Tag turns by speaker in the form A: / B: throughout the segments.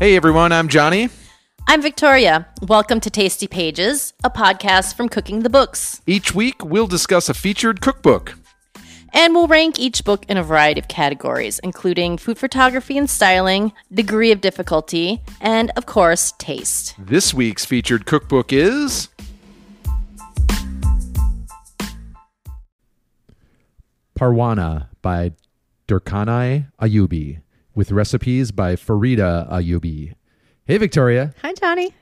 A: Hey everyone, I'm Johnny.
B: I'm Victoria. Welcome to Tasty Pages, a podcast from Cooking the Books.
A: Each week we'll discuss a featured cookbook.
B: And we'll rank each book in a variety of categories, including food photography and styling, degree of difficulty, and of course, taste.
A: This week's featured cookbook is Parwana by Durkanai Ayubi with recipes by Farida Ayubi. Hey Victoria,
C: Hi, Johnny.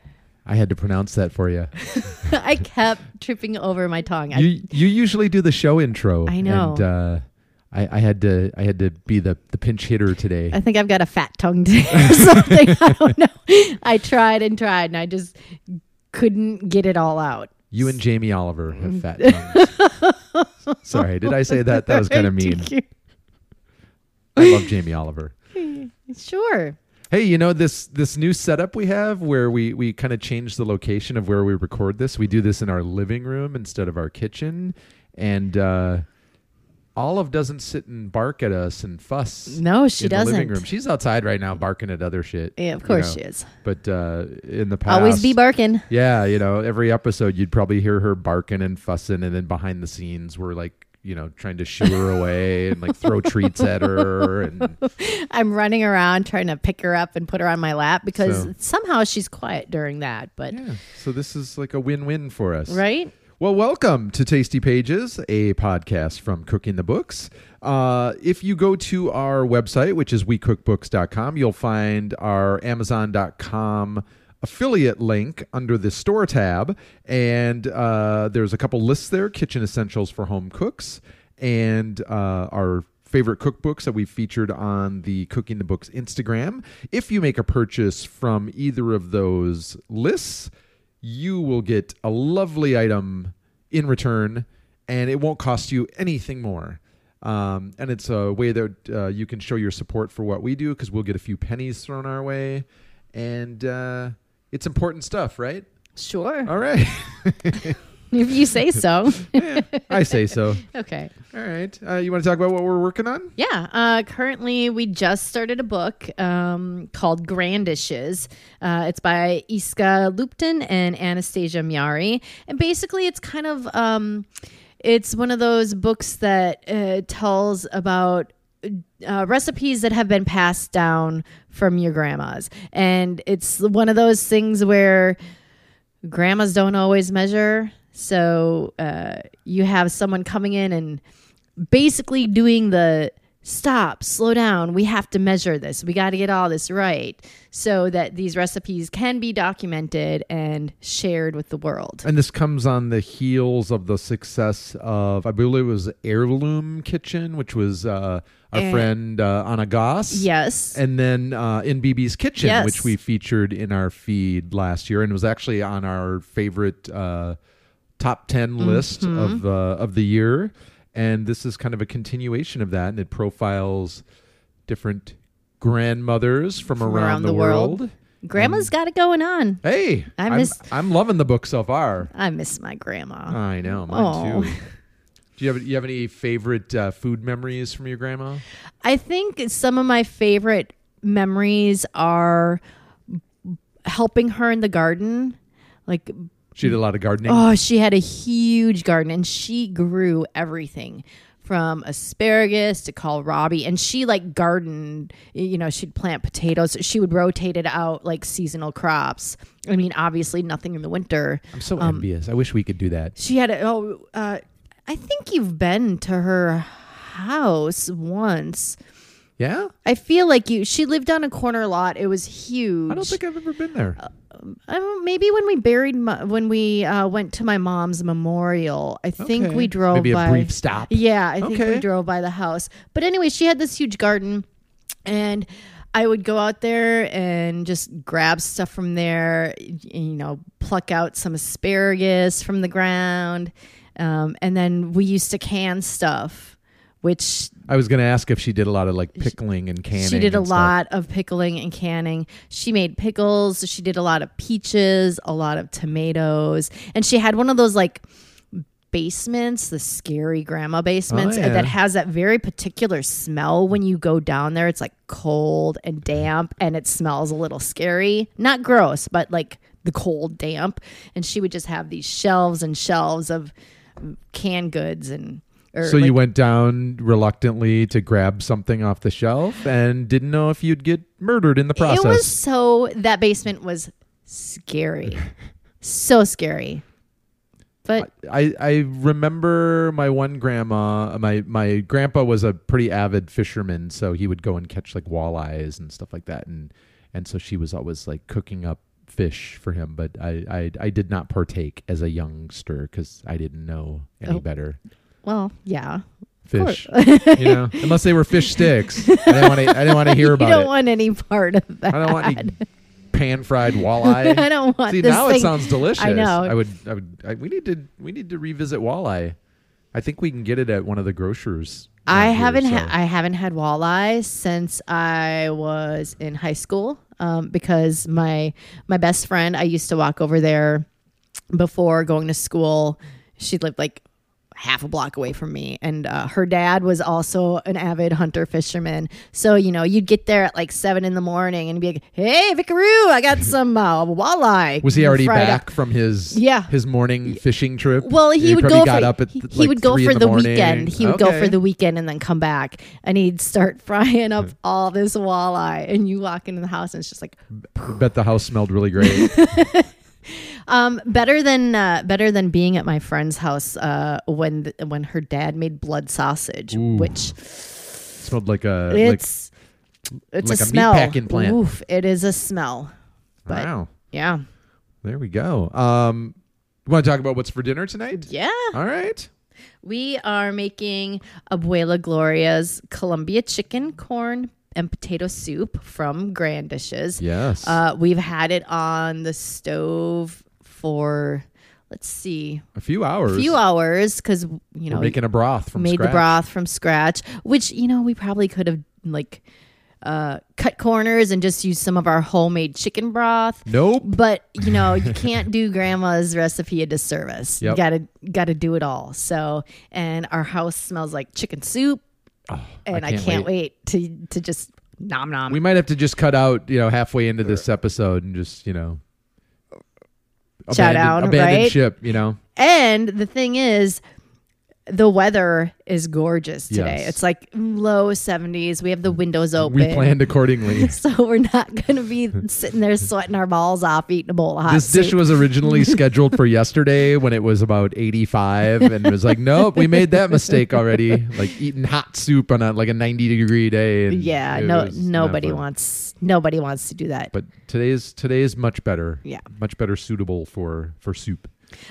A: I had to pronounce that for you.
C: I kept tripping over my tongue. I,
A: You you usually do the show intro.
C: I know.
A: And, uh, I, I had to I had to be the, the pinch hitter today.
C: I think I've got a fat tongue today or something. I don't know. I tried and tried, and I just couldn't get it all out.
A: You and Jamie Oliver have
C: Mm.
A: fat tongues. Sorry, did I say that? That was kind of mean. I love Jamie Oliver.
C: Sure.
A: Hey, you know this this new setup we have where we we kind of change the location of where we record this. We do this in our living room instead of our kitchen, and uh, Olive doesn't sit and bark at us and fuss.
C: No, she
A: in the living
C: doesn't.
A: room. She's outside right now barking at other shit.
C: Yeah, of
A: you
C: course
A: know.
C: she is.
A: But uh, in the past,
C: Always be barking.
A: Yeah, you know, every episode you'd probably hear her barking and fussing, and then behind the scenes we're like, you know, trying to shoo her away and like throw treats at her. And
C: I'm running around trying to pick her up and put her on my lap because
A: So-
C: somehow she's quiet during that. But
A: yeah, so this is like a win-win for us,
C: right?
A: Well, welcome to Tasty Pages, a podcast from Cooking the Books. Uh, if you go to our website, which is wecookbooks.com, you'll find our Amazon.com affiliate link under the store tab. And uh, there's a couple lists there kitchen essentials for home cooks and uh, our favorite cookbooks that we've featured on the Cooking the Books Instagram. If you make a purchase from either of those lists, you will get a lovely item in return, and it won't cost you anything more. Um, and it's a way that uh, you can show your support for what we do because we'll get a few pennies thrown our way, and uh, it's important stuff, right?
C: Sure.
A: All right,
C: If you say so.
A: Yeah, I say so.
C: okay.
A: All right, uh, you want to talk about what we're working on?
C: Yeah. Uh, currently, we just started a book um, called Grandishes. Uh, it's by Iska Lupton and Anastasia Miari. And basically, it's kind of. Um, it's one of those books that uh, tells about uh, recipes that have been passed down from your grandmas. And it's one of those things where grandmas don't always measure. So uh, you have someone coming in and basically doing the stop, slow down. We have to measure this. We got to get all this right so that these recipes can be documented and shared with the world.
A: And this comes on the heels of the success of, I believe it was Heirloom Kitchen, which was uh, our
C: And-
A: friend uh, Anna Goss.
C: Yes.
A: And then uh, in BB's Kitchen,
C: Yes.
A: which we featured in our feed last year and was actually on our favorite uh, top 10
C: Mm-hmm.
A: list of, uh, of the year. And this is kind of a continuation of that. And it profiles different grandmothers from, around, the, world.
C: Grandma's got it going on.
A: Hey,
C: I
A: I'm-
C: miss-
A: I'm loving the book so far.
C: I miss my grandma.
A: I know, mine
C: Aw.
A: too. Do you have you have any favorite uh, food memories from your grandma?
C: I think some of my favorite memories are helping her in the garden. Like
A: She did a lot of gardening.
C: Oh, she had a huge garden and she grew everything from asparagus to kohlrabi and she like gardened you know she'd plant potatoes she would rotate it out like seasonal crops i mean obviously nothing in the winter
A: I'm so envious. I wish we could do that.
C: she had a, oh uh, i think you've been to her house once
A: Yeah,
C: i feel like you she lived on a corner lot it was huge
A: I don't think I've ever been there.
C: Uh, I don't, maybe when we buried my, when we uh, went to my mom's memorial, I think
A: Okay.
C: we drove
A: Maybe a
C: by.
A: brief stop.
C: Yeah, I think
A: Okay.
C: we drove by the house. But anyway, she had this huge garden, and I would go out there and just grab stuff from there. y- You know, pluck out some asparagus from the ground, um, and then we used to can stuff, which
A: I was going to ask if she did a lot of like pickling and canning.
C: she did a
A: and stuff.
C: lot of pickling and canning. She made pickles. She did a lot of peaches, a lot of tomatoes, and she had one of those like basements, the scary grandma basements,
A: Oh, yeah.
C: that has that very particular smell when you go down there. It's like cold and damp and it smells a little scary. Not gross, but like the cold damp. And she would just have these shelves and shelves of canned goods and or
A: So
C: like
A: you went down reluctantly to grab something off the shelf and didn't know if you'd get murdered in the process.
C: It was so that basement was scary, so scary. But
A: I, I remember my one grandma, uh, my my grandpa was a pretty avid fisherman, so he would go and catch like walleyes and stuff like that, and and so she was always like cooking up fish for him. But I I, I did not partake as a youngster because I didn't know any
C: Oh.
A: better
C: well, yeah,
A: fish, you know, unless they were fish sticks. I didn't want to I didn't want to hear
C: you
A: about
C: don't
A: it.
C: want any part of that.
A: I don't want any pan fried walleye.
C: I don't want
A: See
C: this
A: now
C: thing.
A: it sounds delicious.
C: I know.
A: I would. I would. I, we need to. We need to revisit walleye. I think we can get it at one of the grocers.
C: I
A: around here,
C: haven't. ha-
A: so-
C: I haven't had walleye since I was in high school um, because my my best friend. I used to walk over there before going to school. She lived like half a block away from me, and uh, her dad was also an avid hunter fisherman. So you know, you'd get there at like seven in the morning and be like, "Hey, Vicaroo, I got some uh, walleye."
A: was he already
C: Friday."
A: back from his
C: Yeah.
A: his morning fishing trip?
C: Well, he, would
A: probably
C: go
A: got
C: for,
A: up at
C: he,
A: th-
C: he
A: like
C: would go
A: three
C: for
A: in
C: the,
A: the, morning.
C: weekend. He would go for
A: Okay.
C: the weekend and then come back, and he'd start frying up all this walleye. And you walk into the house, and it's just like
A: Bet the house smelled really great.
C: um, better than uh, better than being at my friend's house uh, when th- when her dad made blood sausage,
A: Ooh.
C: which
A: smelled like a like,
C: it's it's
A: like a
C: a
A: meat
C: smell.
A: packing plant.
C: Oof, it is a smell. but-
A: wow.
C: Yeah,
A: There we go. Um, you want to talk about what's for dinner tonight?
C: yeah.
A: All right.
C: We are making Abuela Gloria's Columbia chicken, corn, and potato soup from Grand Dishes.
A: Yes.
C: Uh, we've had it on the stove for let's see
A: a few hours.
C: a few hours because you know
A: We're making a broth from
C: made
A: scratch.
C: the broth from scratch, which you know we probably could have like uh, cut corners and just used some of our homemade chicken broth.
A: Nope.
C: But you know you can't do grandma's recipe a disservice.
A: Yep.
C: You gotta gotta do it all. So and our house smells like chicken soup,
A: Oh,
C: and I can't, wait. to to just nom nom.
A: We might have to just cut out, you know, halfway into this episode and just, you know,
C: Chow down,
A: abandon
C: right?
A: ship, you know.
C: And the thing is, the weather is gorgeous today.
A: Yes.
C: It's like low 70s. We have the windows open.
A: We planned accordingly.
C: So we're not going to be sitting there sweating our balls off eating a bowl of hot
A: this dish
C: soup.
A: was originally scheduled for yesterday when it was about 85 and it was like, nope, we made that mistake already. Like eating hot soup on a like a 90 degree day. And
C: yeah,
A: it
C: no
A: was not
C: nobody
A: fun.
C: wants nobody wants to do that.
A: But today's today is much better.
C: Yeah.
A: Much better suitable for for soup.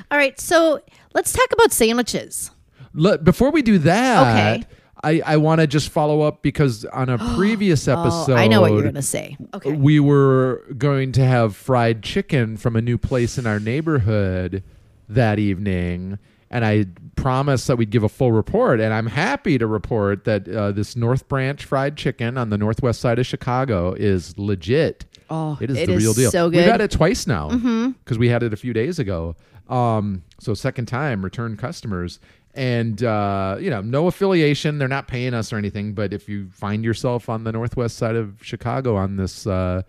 C: All right, so let's talk about sandwiches.
A: Look, before we do that,
C: Okay.
A: I, I want to just follow up because on a previous episode,
C: oh, I know what you're going to say. Okay.
A: we were going to have fried chicken from a new place in our neighborhood that evening. And I promised that we'd give a full report. And I'm happy to report that uh, this North Branch fried chicken on the northwest side of Chicago is legit.
C: Oh,
A: it is
C: it
A: the
C: is
A: real deal.
C: so
A: We've
C: good. Mm-hmm.
A: had it twice now because we had it a few days ago. Um, so second time, return customers, and uh, you know, no affiliation. They're not paying us or anything. But if you find yourself on the northwest side of Chicago on this uh,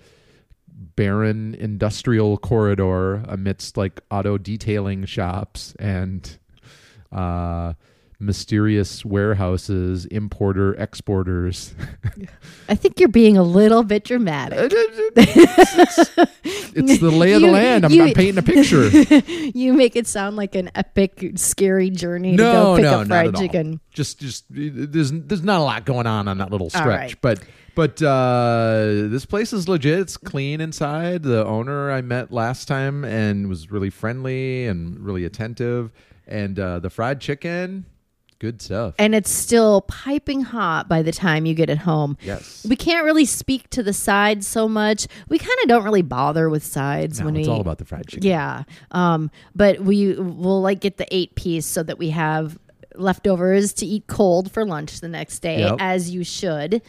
A: barren industrial corridor amidst like auto detailing shops and uh, mysterious warehouses, importer exporters.
C: I think you're being a little bit dramatic.
A: it's the lay of the
C: You-
A: land. I'm,
C: you-
A: I'm painting a picture.
C: you make it sound like an epic, scary journey
A: no,
C: to go pick
A: no, not
C: up fried
A: at all.
C: chicken.
A: Just, just there's there's not a lot going on on that little
C: All
A: stretch,
C: right.
A: but but uh, this place is legit. It's clean inside. The owner I met last time and was really friendly and really attentive, and uh, the fried chicken, good stuff.
C: and it's still piping hot by the time you get it home.
A: Yes.
C: We can't really speak to the sides so much. We kind of don't really bother with sides
A: No,
C: when
A: it's
C: we
A: all about the fried chicken.
C: Yeah. Um but we will like get the 8 piece so that we have leftovers to eat cold for lunch the next day
A: Yep.
C: as you should.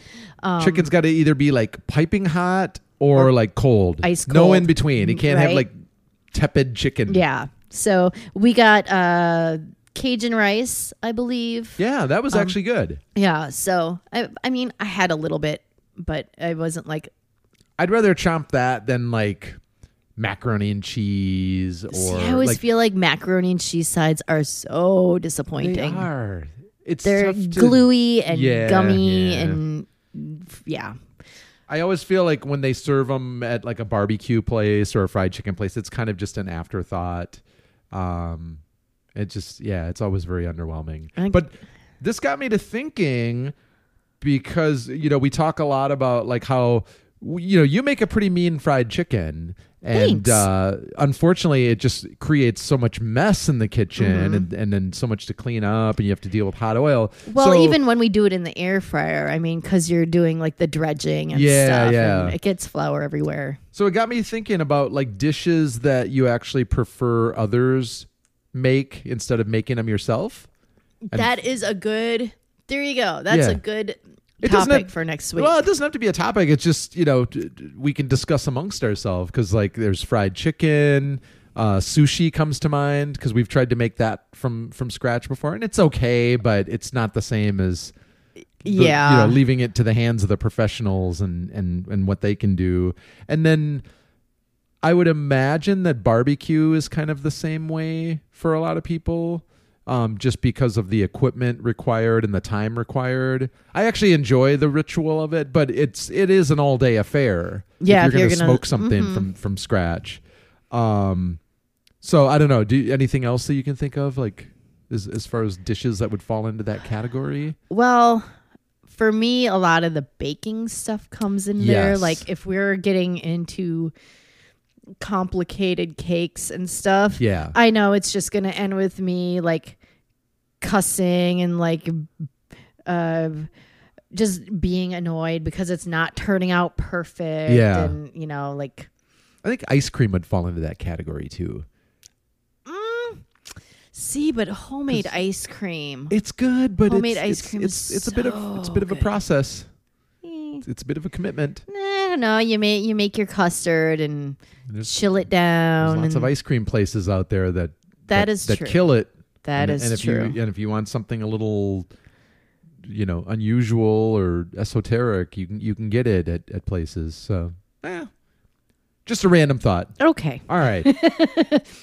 C: Um,
A: Chicken's got to either be like piping hot or, like cold.
C: ice
A: No
C: cold.
A: in between. You can't have
C: Right.
A: like tepid chicken.
C: Yeah. So we got uh Cajun rice, I believe.
A: Yeah, that
C: Um,
A: was actually good.
C: Yeah, so I, I mean, I had a little bit, but I wasn't like
A: I'd rather chomp that than like macaroni and cheese or
C: See, I always
A: like,
C: feel like macaroni and cheese sides are so disappointing.
A: they are. It's
C: They're
A: tough to-
C: gluey and
A: Yeah,
C: gummy
A: yeah.
C: and yeah.
A: I always feel like when they serve them at like a barbecue place or a fried chicken place, it's kind of just an afterthought. Um, it just yeah, it's always very underwhelming.
C: I-
A: but this got me to thinking because you know we talk a lot about like how w- you know you make a pretty mean fried chicken and
C: Thanks.
A: uh, unfortunately it just creates so much mess in the kitchen
C: Mm-hmm.
A: and, and then so much to clean up and you have to deal with hot oil
C: Well,
A: So-
C: even when we do it in the air fryer, I mean, because you're doing like the dredging and
A: Yeah,
C: stuff,
A: yeah.
C: and it gets flour everywhere.
A: So it got me thinking about like dishes that you actually prefer others make instead of making them yourself.
C: that is a good. There you go. That's
A: Yeah.
C: a good
A: It doesn't
C: topic
A: have-
C: for next week.
A: Well, it doesn't have to be a topic. It's just you know d- d- we can discuss amongst ourselves because like there's fried chicken, uh, sushi comes to mind because we've tried to make that from from scratch before and it's okay, but it's not the same as the-
C: yeah.
A: you know, leaving it to the hands of the professionals and and and what they can do. And then I would imagine that barbecue is kind of the same way for a lot of people. Um, just because of the equipment required and the time required, I actually enjoy the ritual of it, but it's it is an all day affair.
C: Yeah,
A: if
C: if
A: you're,
C: you're
A: gonna,
C: gonna-
A: smoke something from from scratch. Um, so I don't know. Do you, anything else that you can think of, like as as far as dishes that would fall into that category?
C: Well, for me, a lot of the baking stuff comes in there.
A: Yes.
C: Like if we're getting into complicated cakes and stuff,
A: Yeah.
C: I know it's just going to end with me like cussing and like uh, just being annoyed because it's not turning out perfect.
A: Yeah.
C: And, you know, like
A: I think ice cream would fall into that category too.
C: mm, see, but homemade ice cream.
A: It's good, but
C: Homemade
A: it's,
C: ice
A: it's-
C: cream
A: It's,
C: is
A: it's a bit of it's a bit
C: so
A: of a
C: good.
A: process.
C: Eh,
A: It's a bit of a commitment.
C: I don't know. You make you make your custard and
A: There's-
C: chill it down.
A: There's lots of
C: and
A: ice cream places out there that
C: that is
A: that
C: true.
A: kill it.
C: That
A: and,
C: is
A: and if
C: true.
A: You, and if you want something a little, you know, unusual or esoteric, you can you can get it at at places. So, eh, just a random thought.
C: okay.
A: All right.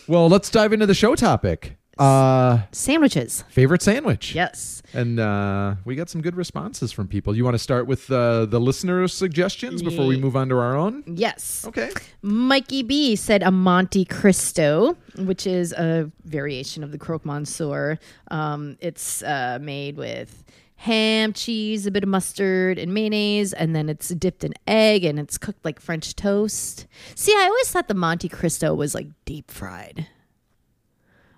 A: well, let's dive into the show topic. Uh,
C: Sandwiches.
A: favorite sandwich.
C: Yes.
A: And uh, we got some good responses from people. You want to start with uh, the listeners' suggestions before we
C: Ye-
A: move on to our own?
C: Yes.
A: Okay.
C: Mikey B said a Monte Cristo, which is a variation of the croque monsieur. Um, it's uh, made with ham, cheese, a bit of mustard, and mayonnaise, and then it's dipped in egg and it's cooked like French toast. See, I always thought the Monte Cristo was like deep fried.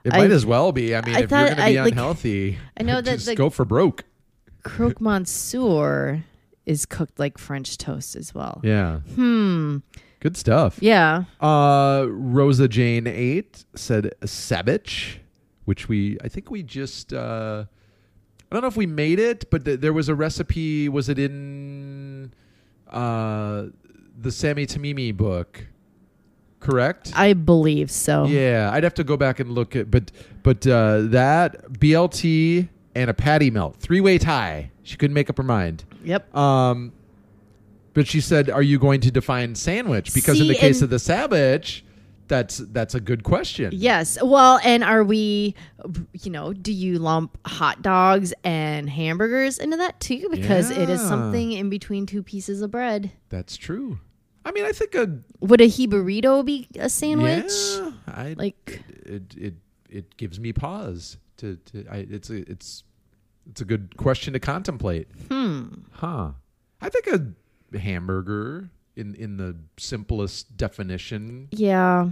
A: It
C: I-
A: might as well be. I mean, if
C: I
A: you're
C: thought
A: going to be
C: I, like-
A: unhealthy,
C: I know that
A: just
C: the-
A: go for broke.
C: Croque monsieur is cooked like French toast as well.
A: Yeah. Hmm. Good stuff.
C: yeah.
A: Uh, Rosa Jane Eight said "savage," which we I think we just uh, I don't know if we made it, but th- there was a recipe. Was it in uh, the Sammy Tamimi book? Correct.
C: I believe so.
A: Yeah, I'd have to go back and look at, but but uh, that BLT and a patty melt, three way tie. She couldn't make up her mind.
C: Yep.
A: Um, but she said, "Are you going to define sandwich?" Because in
C: See,
A: the case
C: and-
A: of the savage, that's that's a good question.
C: Yes. Well, and are we, you know, do you lump hot dogs and hamburgers into that too? Because it is
A: Yeah.
C: something in between two pieces of bread.
A: that's true. I mean, I think a
C: Would a he burrito be a sandwich?
A: yeah, I,
C: Like,
A: it it it gives me pause to, to I, it's a, it's it's a good question to contemplate. Hmm. Huh. I think a hamburger in in the simplest definition
C: yeah.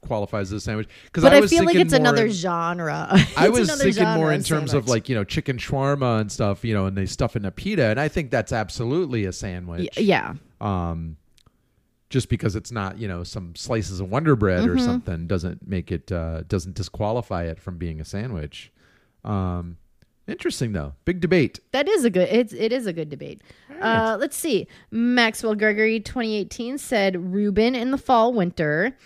A: qualifies as a sandwich because
C: But I,
A: was
C: feel like
A: thinking
C: it's
A: more-
C: another genre.
A: I
C: It's
A: was
C: another
A: thinking
C: genre
A: more in terms of
C: sandwich.
A: like you know chicken shawarma and stuff you know and they stuff in a pita and I think that's absolutely a sandwich
C: Y- yeah.
A: um, just because it's not you know some slices of Wonder Bread or
C: Mm-hmm.
A: something doesn't make it uh, doesn't disqualify it from being a sandwich. Um, Interesting though. Big debate.
C: That is a good. It's it is a good debate. Uh, let's see. Maxwell Gregory, 2018, said Reuben in the fall winter,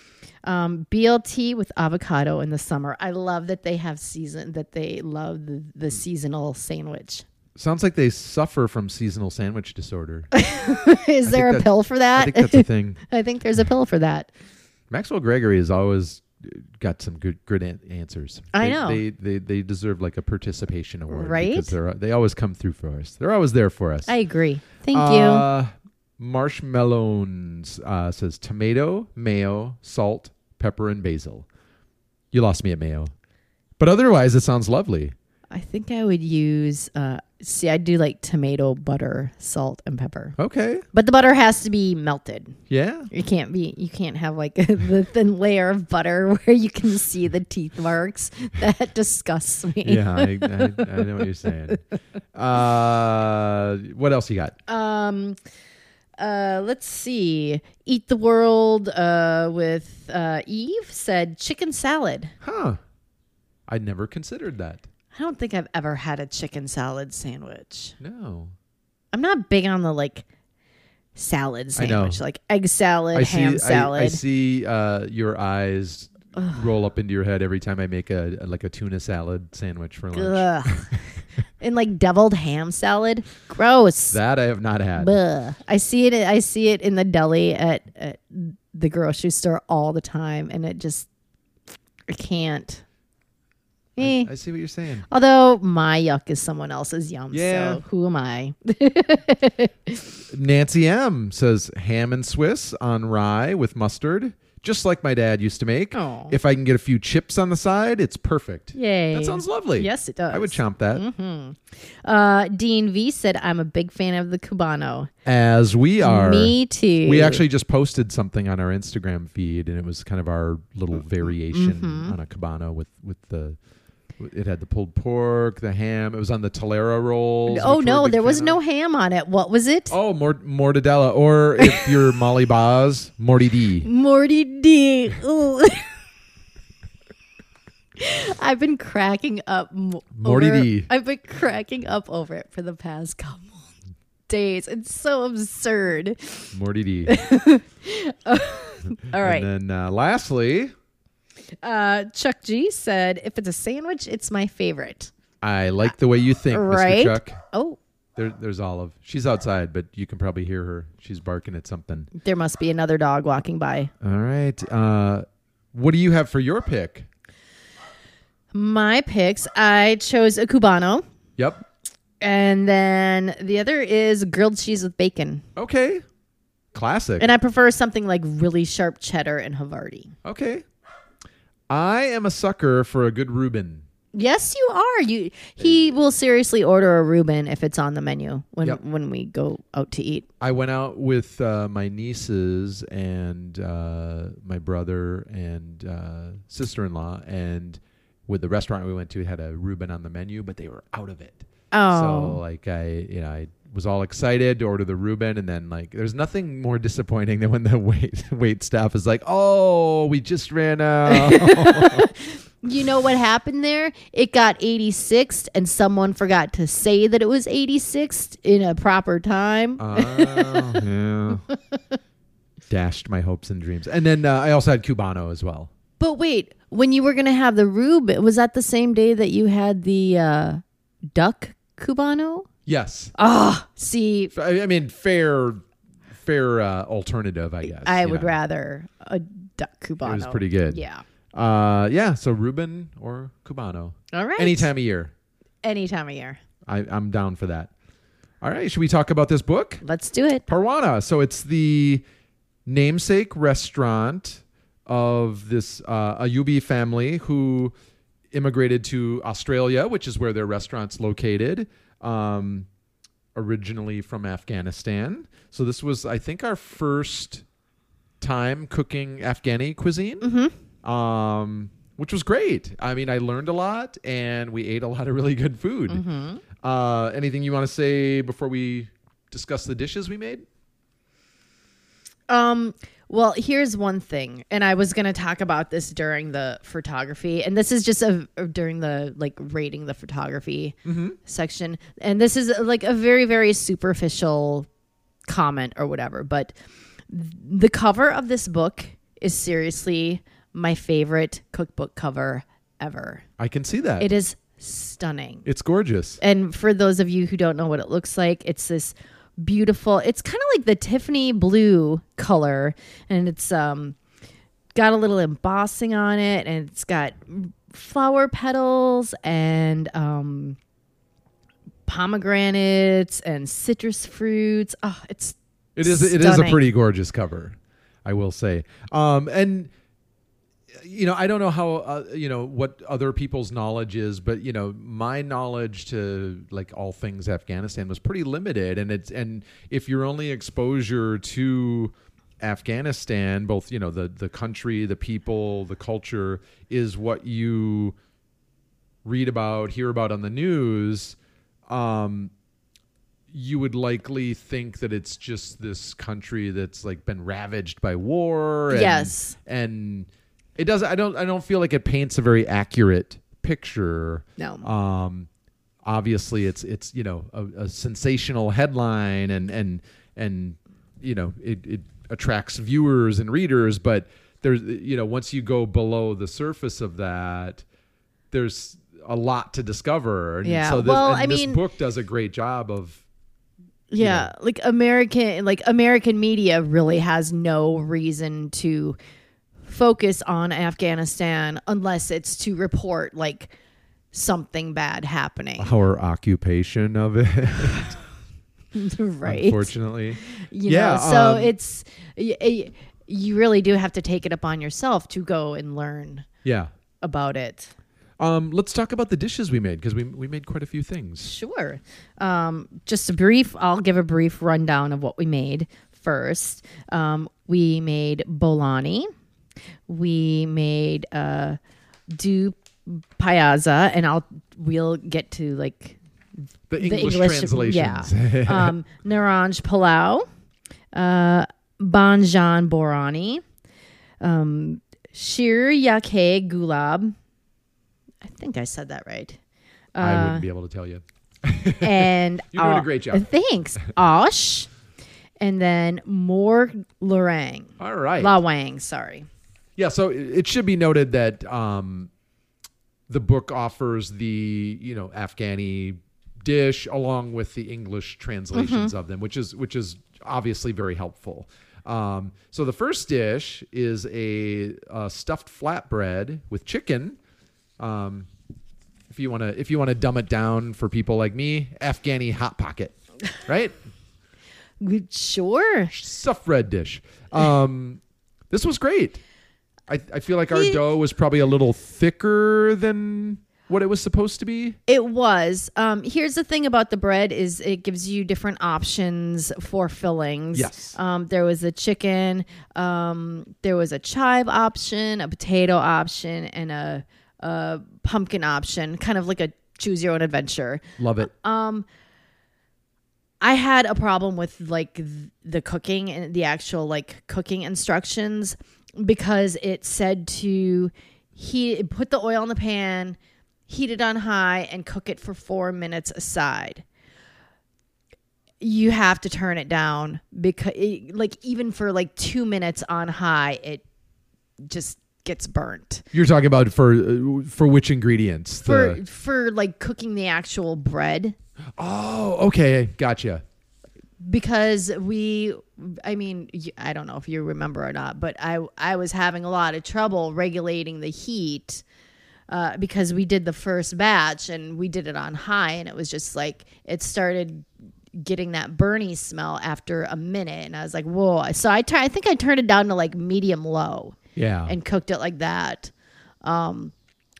C: um, BLT with avocado in the summer. I love that they have season that they love the,
A: Hmm.
C: the seasonal sandwich.
A: Sounds like they suffer from seasonal sandwich disorder.
C: Uh, is there a
A: that-
C: pill for
A: I
C: that?
A: think that's a thing.
C: I think there's a pill for that.
A: Maxwell Gregory has always got some good good an- answers.
C: I
A: They-
C: know.
A: they, they they deserve like a participation award,
C: Right?
A: Because they're they always come through for us. They're always there for us.
C: I agree. Thank you.
A: uh, Marshmallows uh, says tomato, mayo, salt, pepper, and basil. You lost me at mayo, but otherwise it sounds lovely.
C: I think I would use. Uh, see, I do like tomato, butter, salt, and pepper,
A: Okay,
C: but the butter has to be melted.
A: yeah,
C: You can't be. You can't have like the thin layer of butter where you can see the teeth marks. That disgusts me.
A: yeah. I, I, I know what you're saying. Uh, what else you got?
C: Um. Uh, let's see. Eat the world. Uh, with uh, Eve said chicken salad.
A: Huh? I never considered that.
C: I don't think I've ever had a chicken salad sandwich.
A: No.
C: I'm not big on the like salad
A: I know.
C: sandwich, like egg salad, ham
A: see, I-
C: salad.
A: I, see uh, your eyes roll up into your head every time I make a like a tuna salad sandwich for lunch.
C: Ugh. and like deviled ham salad. Gross.
A: That I have not had.
C: Bleh. I see it. I see it in the deli at, at the grocery store all the time, and it just I can't. Eh.
A: I see what you're saying.
C: Although my yuck is someone else's yum,
A: Yeah.
C: so who am I?
A: Nancy M says ham and Swiss on rye with mustard, just like my dad used to make.
C: Aw.
A: If I can get a few chips on the side, it's perfect.
C: Yay.
A: That sounds lovely.
C: Yes, Mm-hmm. it does.
A: I would chomp that.
C: Uh, Dean V said, "I'm a big fan of the Cubano."
A: As we are.
C: Me too.
A: We actually just posted something on our Instagram feed, and it was kind of our little variation
C: Mm-hmm.
A: on a cabana with with the. It had the pulled pork, the ham. It was on the Tolera rolls.
C: Oh
A: which we're a
C: no,
A: big
C: there was
A: fan
C: no
A: of.
C: ham on it. What was it?
A: Oh, mor- mortadella, or if you're Molly Boz, Morty D.
C: Morty D. Ooh. I've been cracking up. m-
A: Morty
C: over-
A: D.
C: I've been cracking up over it for the past couple days. It's so absurd.
A: Morty D.
C: All right.
A: And then uh, lastly,
C: uh, Chuck G said, "If it's a sandwich, it's my favorite."
A: I like the way you think, Mr.
C: Right?
A: Chuck.
C: Oh,
A: There, there's Olive. She's outside, but you can probably hear her. She's barking at something.
C: there must be another dog walking by.
A: All right. Uh, what do you have for your pick?
C: My picks. I chose a cubano,
A: Yep.
C: and then the other is grilled cheese with bacon.
A: Okay. Classic.
C: And I prefer something like really sharp cheddar and Havarti.
A: okay. I am a sucker for a good Reuben.
C: Yes, you are. You he will seriously order a Reuben if it's on the menu when
A: Yep.
C: when we go out to eat.
A: I went out with uh, my nieces and uh, my brother and uh, sister in law, and with the restaurant we went to, it had a Reuben on the menu, but they were out of it. So
C: Oh,
A: like I, you know, I was all excited to order the Reuben, and then like there's nothing more disappointing than when the wait wait staff is like, "Oh, we just ran out."
C: you know what happened there? It got 86th and someone forgot to say that it was 86th in a proper time.
A: Uh. Oh, yeah. Dashed my hopes and dreams. And then uh, I also had Cubano as well.
C: but wait, when you were going to have the Reuben, was that the same day that you had the uh, duck cubano?
A: Yes.
C: Ah, see,
A: F- I I mean, fair, fair uh, alternative, I guess.
C: I
A: you
C: would
A: know.
C: rather a duck cubano.
A: It was pretty good.
C: Yeah.
A: Uh, yeah. So Ruben or Cubano,
C: All right.
A: any time of year,
C: Any time of year.
A: I, I'm down for that. All right. Should we talk about this book?
C: Let's do it.
A: Parwana. So it's the namesake restaurant of this uh, Ayubi family who immigrated to Australia, which is where their restaurant's located. Um, originally from Afghanistan. So this was, I think, our first time cooking Afghani cuisine, um, which was great. I mean, I learned a lot, and we ate a lot of really good food. Uh, anything you want to say before we discuss the dishes we made?
C: Um, well, here's one thing, and I was gonna talk about this during the photography, and this is just a during the like rating the photography section, and this is like a very very superficial comment or whatever, but the cover of this book is seriously my favorite cookbook cover ever.
A: I can see that.
C: It is stunning.
A: it's gorgeous.
C: And for those of you who don't know what it looks like, it's this beautiful. It's kind of like the Tiffany blue color, and it's um got a little embossing on it, and it's got flower petals and um pomegranates and citrus fruits. Oh, it's
A: It is. It is a
C: stunning.
A: pretty gorgeous cover, I will say. Um, and you know, I don't know how uh, you know what other people's knowledge is, but you know, my knowledge to like all things Afghanistan was pretty limited, and it's and if your only exposure to Afghanistan, both you know the the country, the people, the culture, is what you read about, hear about on the news, um, you would likely think that it's just this country that's like been ravaged by war. And,
C: Yes.
A: and it does. I don't. I don't feel like it paints a very accurate picture.
C: No.
A: Um, obviously, it's it's you know a, a sensational headline and and and you know it, it attracts viewers and readers, but there's you know once you go below the surface of that, there's a lot to discover. And
C: Yeah,
A: So this,
C: well,
A: and
C: I
A: this
C: mean-
A: book does a great job of
C: yeah like american like american media really has no reason to focus on afghanistan unless it's to report like something bad happening
A: our occupation of it.
C: right
A: Unfortunately,
C: you
A: Yeah,
C: know so
A: um,
C: it's y- y- you really do have to take it upon yourself to go and learn
A: yeah.
C: about it
A: Um, let's talk about the dishes we made because we we made quite a few things.
C: Sure. Um, just a brief, I'll give a brief rundown of what we made first. Um, we made bolani. We made uh, du piazza, and I'll we'll get to like
A: The English,
C: the English
A: translations.
C: Yeah. um, Naranj Palau, uh, Banjan Borani, um, Shir Yakhe Gulab. I think I said that right.
A: I wouldn't be able to tell you.
C: and
A: You're doing a
C: uh,
A: great job.
C: Thanks, Osh, and then more Lorang,
A: All right.
C: Lawang. Sorry,
A: Yeah, so it it should be noted that um, the book offers the you know Afghani dish along with the English translations of them, which is which is obviously very helpful. Um, so the first dish is a, uh stuffed flatbread with chicken. Um, if you want to, if you want to dumb it down for people like me, Afghani hot pocket, right?
C: We- sure.
A: stuffed bread dish. Um, this was great. I, I feel like our
C: He-
A: dough was probably a little thicker than what it was supposed to be.
C: It was. Um, here's the thing about the bread is it gives you different options for fillings.
A: Yes.
C: Um, there was a chicken. Um, there was a chive option, a potato option, and a, a pumpkin option. Kind of like a choose your own adventure.
A: Love it.
C: Um, I had a problem with like th- the cooking and the actual like cooking instructions because it said to he put the oil in the pan, heat it on high and cook it for 4 minutes aside. You have to turn it down because like even for like 2 minutes on high it just gets burnt.
A: You're talking about for uh, for which ingredients?
C: For
A: The-
C: for like cooking the actual bread
A: oh, okay, gotcha.
C: because we i mean y- i don't know if you remember or not but i i was having a lot of trouble regulating the heat uh, because we did the first batch and we did it on high and it was just like it started getting that burny smell after a minute and i was like whoa so i, tu- I think i turned it down to like medium low
A: Yeah,
C: and cooked it like that um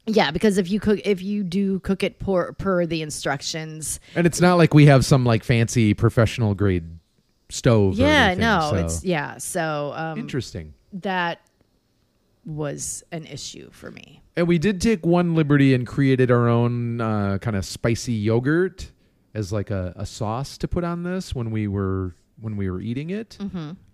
C: yeah because if you cook if you do cook it per per the instructions
A: and it's not like we have some like fancy professional grade stove. or
C: yeah
A: anything,
C: no
A: so-
C: it's yeah so um
A: interesting.
C: that was an issue for me.
A: And we did take one liberty and created our own uh, kind of spicy yogurt as like a, a sauce to put on this when we were when we were eating it.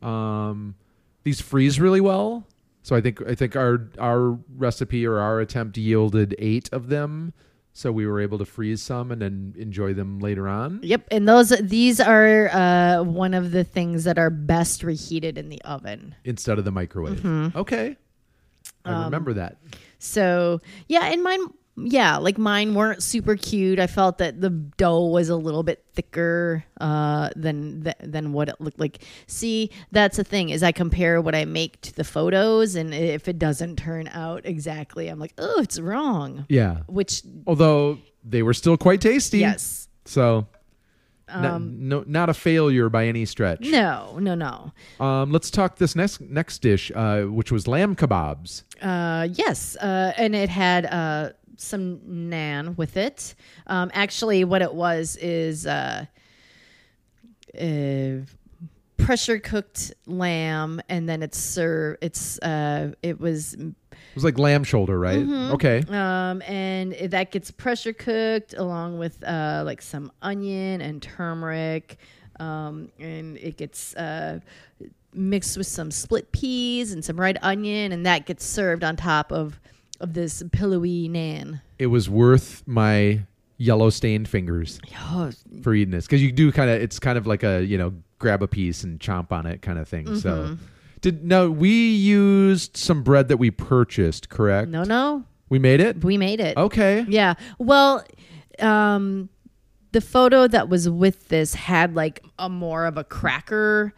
A: Um, these freeze really well. So I think I think our our recipe or our attempt yielded eight of them. So we were able to freeze some and then enjoy them later on.
C: Yep, and those these are uh, one of the things that are best reheated in the oven.
A: instead of the microwave. Okay. I remember that.
C: So yeah, and mine, yeah, like mine weren't super cute. I felt that the dough was a little bit thicker uh, than th- than what it looked like. See, that's the thing is I compare what I make to the photos, and if it doesn't turn out exactly, I'm like, oh, it's wrong.
A: Yeah.
C: Which
A: Although they were still quite tasty.
C: yes,
A: So not,
C: Um,
A: no, not a failure by any stretch.
C: no, no, no.
A: Um, let's talk this next next dish, uh, which was lamb kebabs.
C: Uh, yes, uh, and it had uh, some nan with it. Um, actually, what it was is uh, uh, pressure cooked lamb, and then it's served. It's uh, it was
A: It was like lamb shoulder, right? Okay.
C: um, and it- that gets pressure cooked along with uh, like some onion and turmeric, um, and it gets uh, mixed with some split peas and some red onion, and that gets served on top of of this pillowy nan.
A: It was worth my yellow stained fingers
C: Oh,
A: for eating this because you do kind of it's kind of like a you know grab a piece and chomp on it kind of thing.
C: Mm-hmm.
A: So did no we used some bread that we purchased, correct?
C: no, no,
A: We made it.
C: we made it.
A: Okay.
C: Yeah. Well, um, the photo that was with this had like a more of a cracker,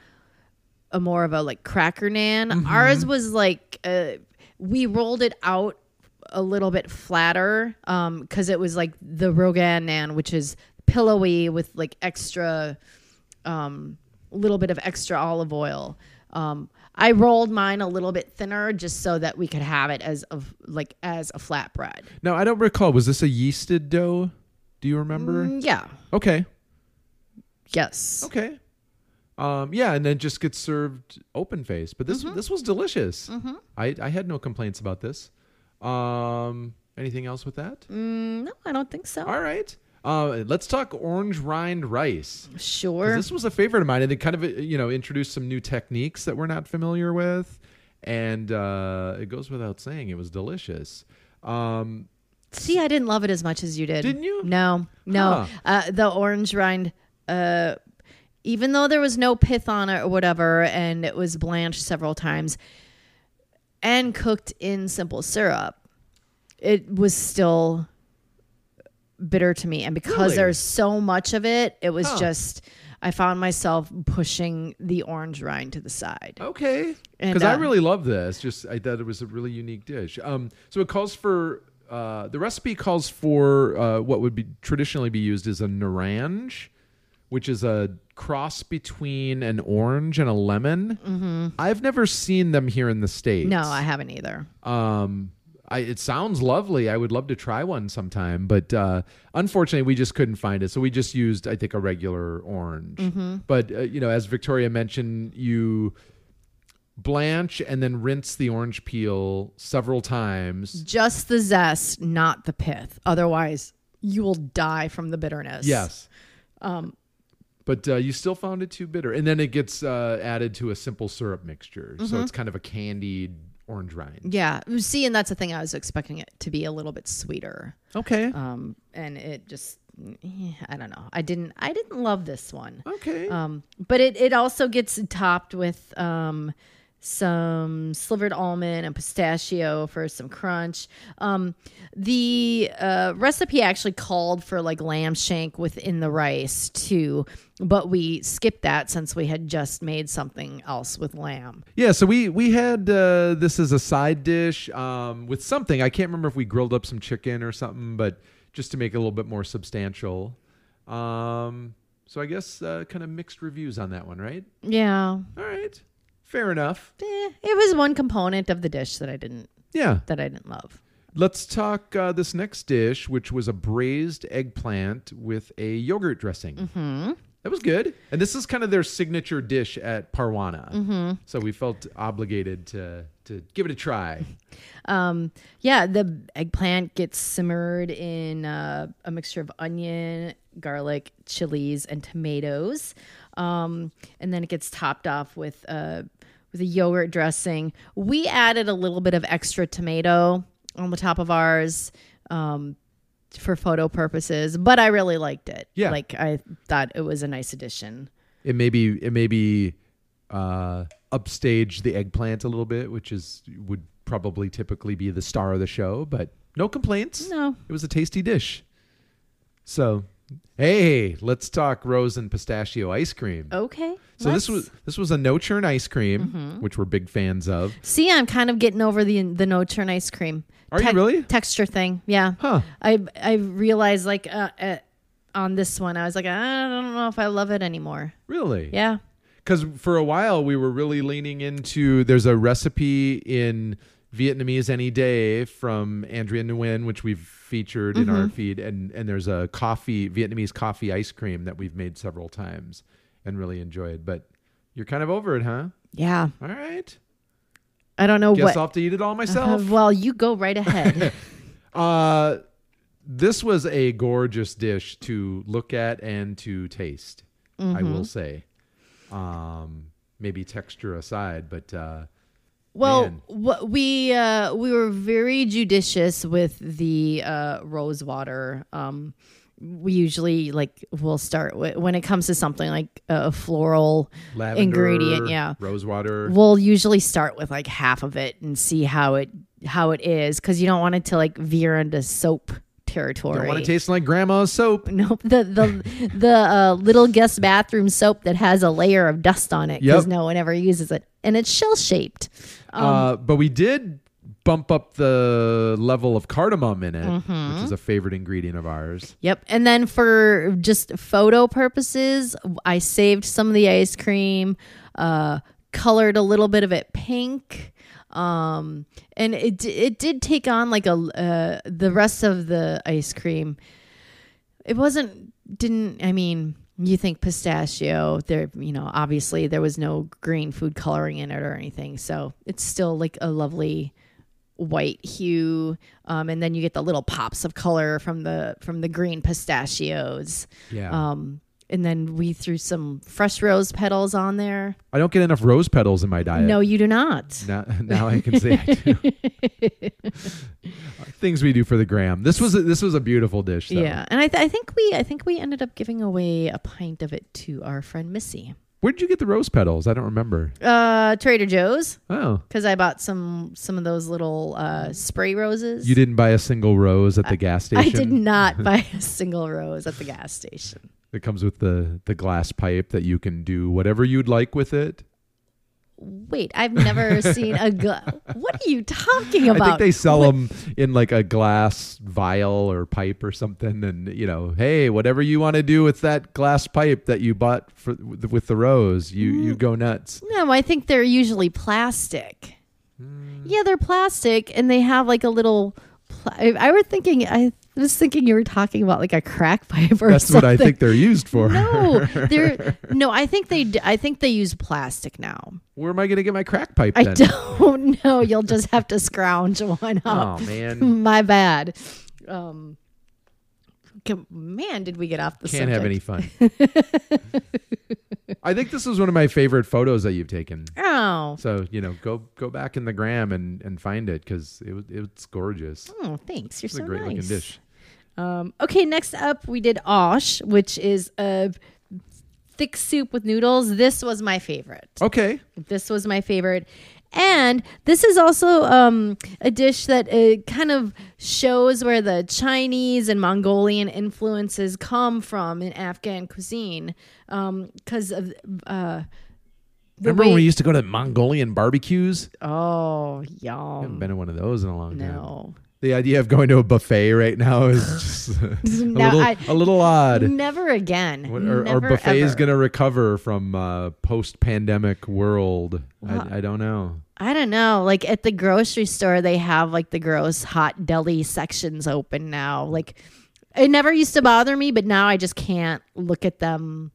C: a more of a like cracker nan. Ours was like uh, we rolled it out a little bit flatter because it was like the Rogan nan, which is pillowy with like extra, um, little bit of extra olive oil. Um, I rolled mine a little bit thinner just so that we could have it as of like as a flatbread.
A: Now I don't recall. Was this a yeasted dough? Do you remember?
C: Yeah.
A: Okay.
C: Yes.
A: Okay. Um, yeah, and then just gets served open face. But
C: Mm-hmm.
A: this this was delicious. I I had no complaints about this. Um, anything else with that?
C: Mm. Oh, No, I don't think so.
A: All right. Uh, let's talk orange rind rice. 'Cause
C: Sure.
A: This was a favorite of mine, and it kind of uh, you know introduced some new techniques that we're not familiar with, and uh, it goes without saying it was delicious. Um,
C: See, I didn't love it as much as you did.
A: Didn't you?
C: No, no.
A: Huh.
C: Uh, the orange rind, uh, even though there was no pith on it or whatever, and it was blanched several times and cooked in simple syrup, it was still bitter to me. And because
A: Really?
C: there's so much of it, it was
A: Huh.
C: just, I found myself pushing the orange rind to the side.
A: Okay.
C: And,
A: Because I
C: uh,
A: really love this. Just I thought it was a really unique dish. Um, so it calls for uh, the recipe calls for uh, what would be traditionally be used as a naranj, which is a cross between an orange and a lemon. I've never seen them here in the states.
C: Mm-hmm. No, I haven't either.
A: Um, I, it sounds lovely. I would love to try one sometime, but uh, unfortunately, we just couldn't find it. So we just used, I think, a regular orange. But uh, you know, as Victoria mentioned, you blanch and then rinse the orange peel several times.
C: just the zest, not the pith. Otherwise, you will die from the bitterness.
A: Yes. but uh, you still found it too bitter, and then it gets uh, added to a simple syrup mixture, so it's kind of a candied orange rind.
C: Yeah. See, and that's the thing. I was expecting it to be a little bit sweeter.
A: Okay.
C: Um, and it just, eh, I don't know. I didn't. I didn't love this one.
A: okay.
C: Um, but it it also gets topped with um some slivered almond and pistachio for some crunch. Um, the uh, recipe actually called for like lamb shank within the rice too, but we skipped that since we had just made something else with lamb.
A: Yeah, so we we had uh, this as a side dish um, with something. I can't remember if we grilled up some chicken or something, but just to make it a little bit more substantial. Um, so I guess uh, kind of mixed reviews on that one, right?
C: Yeah,
A: All right, fair enough.
C: Eh, it was one component of the dish that I didn't
A: Yeah,
C: that I didn't love.
A: let's talk uh, this next dish, which was a braised eggplant with a yogurt dressing. Mm-hmm. That was good, and this is kind of their signature dish at Parwana. Mm-hmm. So we felt obligated to to give it a try.
C: Um, yeah, the eggplant gets simmered in uh, a mixture of onion, garlic, chilies, and tomatoes, um, and then it gets topped off with uh, with a yogurt dressing. We added a little bit of extra tomato on the top of ours um, for photo purposes, but I really liked it.
A: Yeah.
C: Like I thought it was a nice addition.
A: It may be it may be uh, upstage the eggplant a little bit, which is would probably typically be the star of the show, but no complaints.
C: No.
A: It was a tasty dish. So hey, let's talk rose and pistachio ice cream.
C: Okay.
A: so this was this was a no churn ice cream, which we're big fans of.
C: See, I'm kind of getting over the the no turn ice cream.
A: Are you really?
C: texture thing? Yeah.
A: Huh.
C: I I realized like uh, uh, on this one, I was like, I don't know if I love it anymore.
A: Really?
C: Yeah.
A: because for a while we were really leaning into there's a recipe in Vietnamese Any Day from Andrea Nguyen, which we've featured in our feed, and and there's a coffee Vietnamese coffee ice cream that we've made several times and really enjoyed. But you're kind of over it, huh?
C: Yeah.
A: All right,
C: I don't know
A: guess
C: what.
A: I'll have to eat it all
C: Uh,
A: myself.
C: well, you go right ahead.
A: Uh, this was a gorgeous dish to look at and to taste. I will say, um, maybe texture aside, but. Uh,
C: well,
A: Man.
C: what we uh, we were very judicious with the uh, rose water. Um, we usually like we'll start with, when it comes to something like uh, a floral
A: lavender
C: ingredient. Yeah,
A: rose water
C: we'll usually start with like half of it and see how it how it is because you don't want it to like veer into soap territory.
A: don't want to taste like grandma's soap
C: Nope. The the the uh, little guest bathroom soap that has a layer of dust on it because
A: Yep.
C: no one ever uses it, and it's shell shaped.
A: uh,
C: Um,
A: but we did bump up the level of cardamom in it which
C: Mm-hmm.
A: is a favorite ingredient of ours
C: Yep. And then for just photo purposes, I saved some of the ice cream, uh, colored a little bit of it pink. Um, and it, d- it did take on like a, uh, the rest of the ice cream. It wasn't, didn't, I mean, you think pistachio there, you know, obviously there was no green food coloring in it or anything. So it's still like a lovely, white hue um, and then you get the little pops of color from the from the green pistachios
A: yeah
C: um, and then we threw some fresh rose petals on there
A: i don't get enough rose petals in my diet
C: no you do not
A: now, now i can say i do things we do for the gram this was a, this was a beautiful dish though.
C: yeah and I, th- I think we i think we ended up giving away a pint of it to our friend missy
A: where did you get the rose petals i don't remember
C: uh, trader joe's
A: oh
C: because i bought some some of those little uh, spray roses
A: you didn't buy a single rose at the gas station
C: i did not buy a single rose at the gas station
A: it comes with the the glass pipe that you can do whatever you'd like with it
C: wait i've never seen a gl- what are you talking about
A: I think they sell them in like a glass vial or pipe or something, and you know, hey, whatever you want to do with that glass pipe that you bought for, with the rose, you
C: Mm.
A: you go nuts.
C: No, I think they're usually plastic. Yeah, they're plastic, and they have like a little. Pl- I, I were thinking, I was thinking you were talking about like a crack pipe or
A: That's
C: something.
A: what I think they're used for.
C: No, they're no. I think they. d- I think they use plastic now.
A: Where am I going to get my crack pipe?
C: I
A: then?
C: don't know. You'll just have to scrounge one
A: Oh
C: up.
A: man,
C: My bad. Um, c- man, did we get off the
A: can't
C: subject?
A: have any fun. I think this is one of my favorite photos that you've taken.
C: Oh,
A: So you know, go go back in the gram and and find it because it was- it's gorgeous.
C: oh, thanks. You're
A: It's
C: so
A: a great
C: nice.
A: looking dish.
C: Um, okay, next up we did osh, which is a thick soup with noodles. This was my favorite.
A: Okay,
C: This was my favorite. And this is also um, a dish that uh, kind of shows where the Chinese and Mongolian influences come from in Afghan cuisine because of. Uh, the
A: remember
C: way-
A: when we used to go to Mongolian barbecues?
C: oh,
A: haven't
C: yum.
A: been in one of those in a long time.
C: No.
A: The idea of going to a buffet right now is just a,
C: Now
A: little,
C: I-
A: a little odd.
C: Never again.
A: What, our, our
C: Never,
A: buffet is
C: ever.
A: going to recover from uh, post-pandemic world. I, I don't know.
C: I don't know. Like at the grocery store, they have like the gross hot deli sections open now. Like it never used to bother me, but now I just can't look at them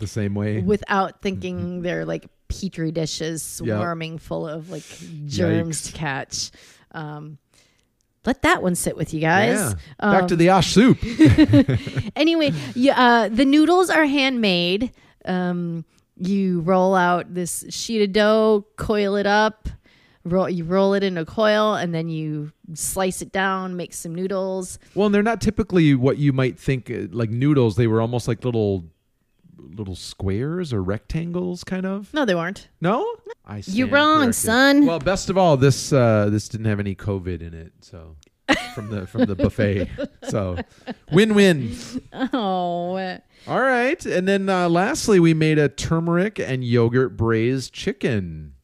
A: The same way.
C: without thinking they're like petri dishes swarming full of like germs to catch. Um, let that one sit with you guys.
A: yeah. Back to the ash soup.
C: Anyway, yeah, uh, the noodles are handmade. Um, you roll out this sheet of dough, coil it up, roll you roll it in a coil, and then you slice it down, make some noodles.
A: Well, and they're not typically what you might think uh, like noodles. They were almost like little little squares or rectangles kind of.
C: No, they weren't.
A: No? I stand
C: You're wrong,
A: corrected.
C: son.
A: Well, best of all, this uh this didn't have any covid in it, so from the from the buffet. So, win-win.
C: Oh,
A: All right. And then uh, lastly, we made a turmeric and yogurt braised chicken.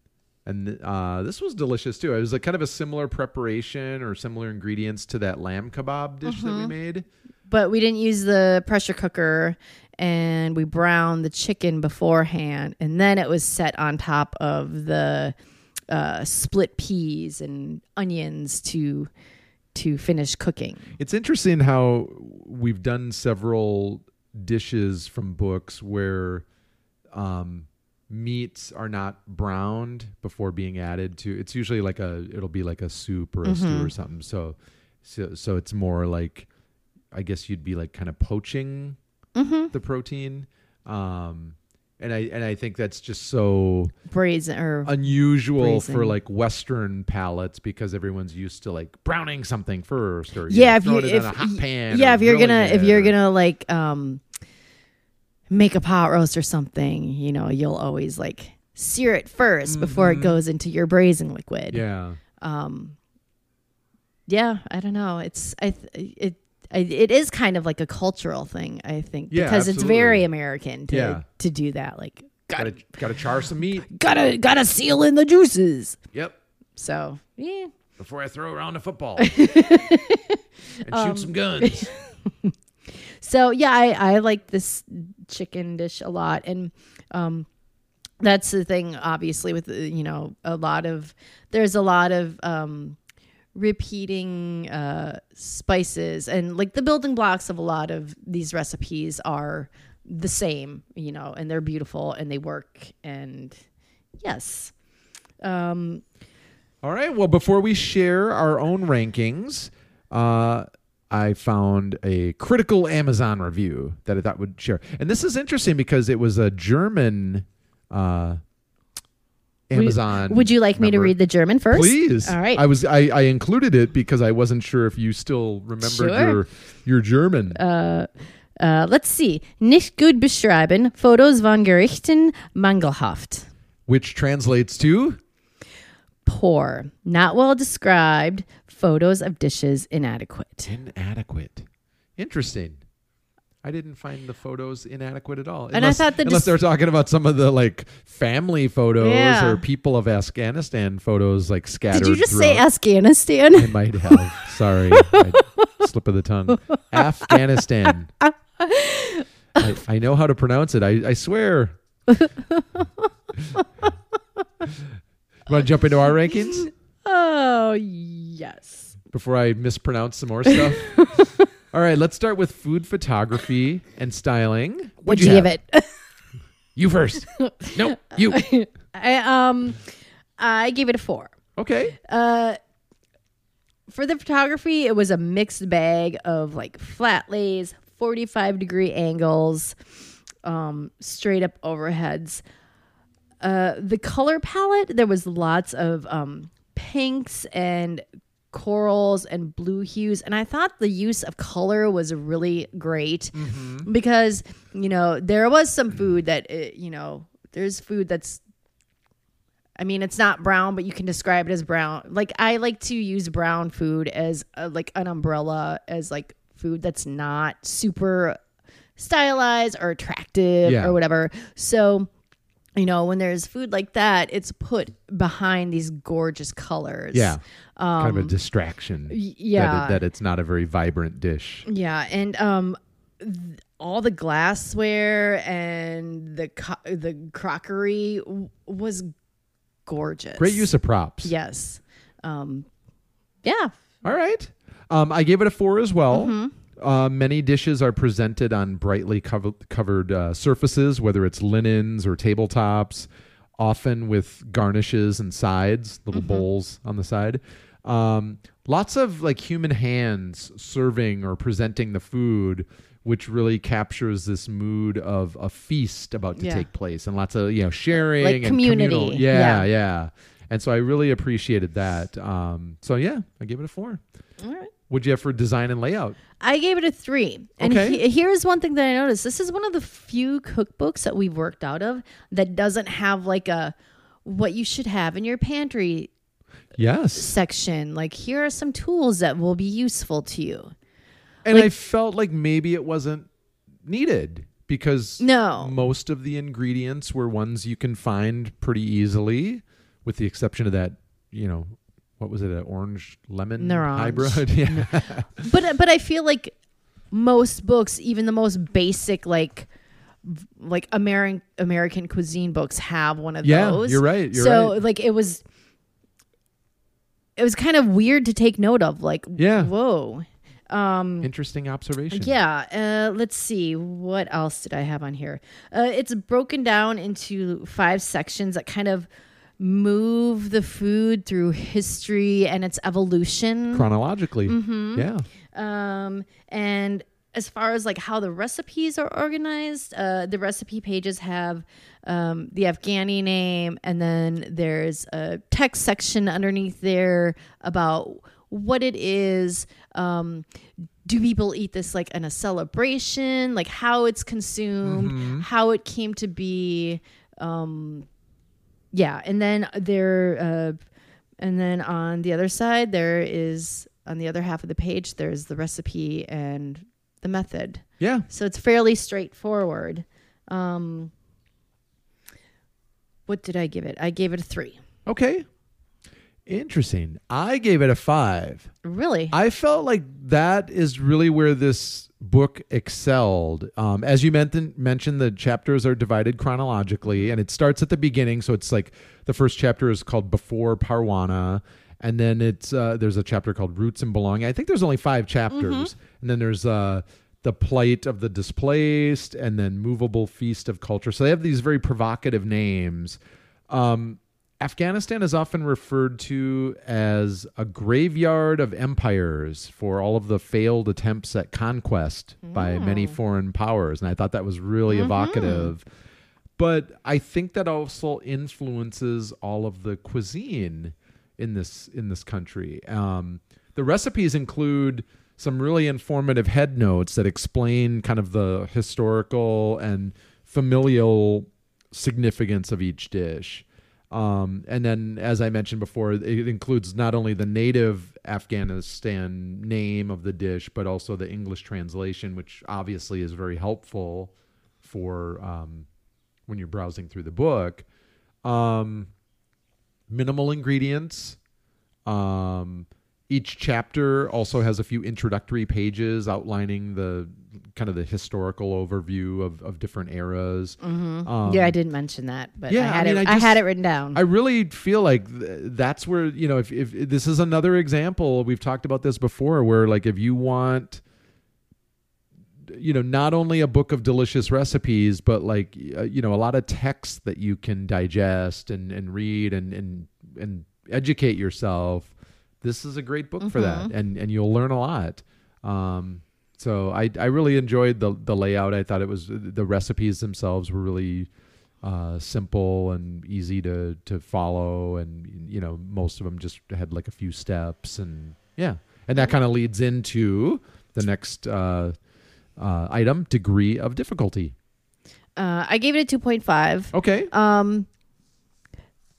A: And uh, this was delicious too. It was a kind of a similar preparation or similar ingredients to that lamb kebab dish that
C: Mm-hmm.
A: we made.
C: but we didn't use the pressure cooker, and we browned the chicken beforehand, and then it was set on top of the uh, split peas and onions to to finish cooking.
A: It's interesting how we've done several dishes from books where um, meats are not browned before being added to. It's usually like a it'll be like a soup or a stew or something. So, so so it's more like I guess you'd be like kind of poaching the protein. Um, and I and I think that's just so
C: Brazen or
A: unusual for
C: Braising.
A: like Western palates because everyone's used to like browning something first, or you
C: yeah,
A: know,
C: if you
A: throwing
C: if
A: it in a hot pan.
C: yeah,
A: or
C: if you're
A: grilling
C: gonna if
A: it
C: you're
A: or-
C: gonna like um make a pot roast or something, you know, you'll always like sear it 1st before it goes into your braising liquid.
A: Mm-hmm. yeah,
C: Um. Yeah, I don't know. It's I th- it. I, it is kind of like a cultural thing, I think,
A: Yeah,
C: because
A: absolutely.
C: it's very American to
A: Yeah.
C: to do that. Like,
A: gotta gotta char some meat.
C: gotta gotta seal in the juices.
A: Yep,
C: So yeah,
A: before I throw around a football and
C: Um,
A: shoot some guns.
C: So yeah, I, I like this chicken dish a lot, and um, that's the thing. Obviously, with uh, you know a lot of there's a lot of um, repeating uh, spices, and like the building blocks of a lot of these recipes are the same, you know, and they're beautiful and they work. And yes, um,
A: All right. Well, before we share our own rankings, uh, I found a critical Amazon review that I thought would share, and this is interesting because it was a German. Uh, Amazon.
C: would you like me to
A: member.
C: read the German first?
A: Please.
C: All right.
A: I was I, I included it because I wasn't sure if you still remembered
C: Sure.
A: your your German.
C: Uh, let's see. Nicht gut beschreiben. Fotos von Gerichten mangelhaft.
A: which translates to
C: Poor. Not well described. Photos of dishes inadequate.
A: inadequate. Interesting. I didn't find the photos inadequate at all.
C: And I thought the
A: unless
C: dis-
A: they're talking about some of the like family photos
C: Yeah.
A: or people of Afghanistan photos like scattered.
C: Did you just
A: throughout.
C: say Afghanistan?
A: I might have. Sorry. I- slip of the tongue. Afghanistan. I, I know how to pronounce it. I, I swear. Want to jump into our rankings
C: Oh, yes.
A: before I mispronounce some more stuff? All right, let's start with food photography and styling.
C: Would
A: What'd
C: you
A: have?
C: give it?
A: You first. no, you.
C: I, um, I gave it a four.
A: Okay.
C: Uh, for the photography, it was a mixed bag of like flat lays, 45 degree angles, um, straight up overheads. Uh, the color palette, there was lots of um, pinks and corals and blue hues. And I thought the use of color was really great because, you know, there was some food that, uh you know, there's food that's I mean, it's not brown, but you can describe it as brown. Like I like to use brown food as uh like an umbrella as like food that's not super stylized or attractive
A: Yeah.
C: or whatever. So, you know, when there's food like that, it's put behind these gorgeous colors.
A: Yeah. kind of a distraction. that it-
C: Um, yeah.
A: that it's not a very vibrant dish.
C: Yeah, and um, th- all the glassware and the co- the crockery w- was gorgeous.
A: Great use of props.
C: Yes. Um, yeah.
A: All right. Um, I gave it a four as well. Uh, many dishes are presented on brightly cov- covered uh, surfaces, whether it's linens or tabletops, often with garnishes and sides, little bowls on the side. Um, lots of like human hands serving or presenting the food, which really captures this mood of a feast about to
C: Yeah.
A: take place and lots of you know sharing
B: Like
A: and
B: community.
A: communal- Yeah, yeah, And so I really appreciated that. Um, so yeah, I give it a four.
C: All right.
A: What'd you have for design and layout?
C: I gave it a three. And
A: Okay.
C: he- here's one thing that I noticed. This is one of the few cookbooks that we've worked out of that doesn't have like a what you should have in your pantry
A: Yes.
C: section. Like, here are some tools that will be useful to you.
A: And I felt like maybe it wasn't needed because
C: No.
A: most of the ingredients were ones you can find pretty easily, with the exception of that, you know, what was it, an orange lemon
C: Naranj.
A: hybrid? Yeah.
C: But but I feel like most books, even the most basic like v- like American American cuisine books have one of
A: Yeah,
C: those.
A: you're right, you're
C: so
A: right.
C: like it was it was kind of weird to take note of like
A: Yeah.
C: whoa.
A: Interesting observation.
C: Yeah. Uh, let's see. What else did I have on here? Uh, it's broken down into five sections that kind of move the food through history and its evolution.
A: Chronologically. Yeah.
C: Um, and as far as like how the recipes are organized, uh, the recipe pages have um, the Afghani name, and then there's a text section underneath there about what it is. Um, do people eat this like in a celebration? Like how it's consumed, how it came to be. Yeah, and then there, uh, and then on the other side, there is on the other half of the page, there's the recipe and the method.
A: Yeah.
C: So it's fairly straightforward. Um, what did I give it? I gave it a three.
A: Okay. Interesting. I gave it a five.
C: Really?
A: I felt like that is really where this book excelled. Um, as you meant, mentioned, the chapters are divided chronologically, and it starts at the beginning. So it's like the first chapter is called "Before Parwana," and then it's uh, there's a chapter called "Roots and Belonging." I think there's only five chapters, and then there's uh, the plight of the displaced, and then movable feast of culture. So they have these very provocative names. Um, Afghanistan is often referred to as a graveyard of empires for all of the failed attempts at conquest by many foreign powers. And I thought that was really evocative. But I think that also influences all of the cuisine in this in this country. Um, the recipes include some really informative head notes that explain kind of the historical and familial significance of each dish. Um, and then, as I mentioned before, it includes not only the native Afghanistan name of the dish, but also the English translation, which obviously is very helpful for um, when you're browsing through the book. Um, minimal ingredients. Um, each chapter also has a few introductory pages outlining the kind of the historical overview of, of different eras. Um,
C: Mm-hmm. yeah, I didn't mention that, but
A: yeah,
C: I
A: I
C: had
A: mean,
C: it.
A: I
C: I, had
A: just-
C: it written down.
A: I really feel like th- that's where you know if, if this is another example we've talked about this before where like if you want you know not only a book of delicious recipes but like uh, you know a lot of text that you can digest and and read and and and educate yourself this is a great book for that and and you'll learn a lot um so I, I really enjoyed the the layout. I thought it was the recipes themselves were really uh, simple and easy to to follow, and you know most of them just had like a few steps, and yeah, and that kind of leads into the next uh, uh, item: degree of difficulty.
C: uh, I gave it a two point five.
A: Okay,
C: Um,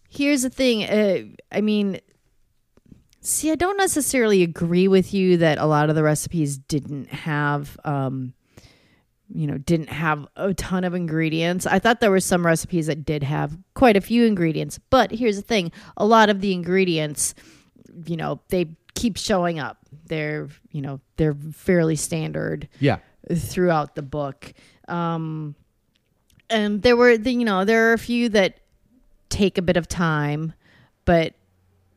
C: here's the thing. Uh, I mean, see, I don't necessarily agree with you that a lot of the recipes didn't have, um, you know, didn't have a ton of ingredients. I thought there were some recipes that did have quite a few ingredients, but here's the thing: a lot of the ingredients, you know, they keep showing up. They're, you know, they're fairly standard
A: yeah,
C: throughout the book. Um, and there were, the, you know, there are a few that take a bit of time, but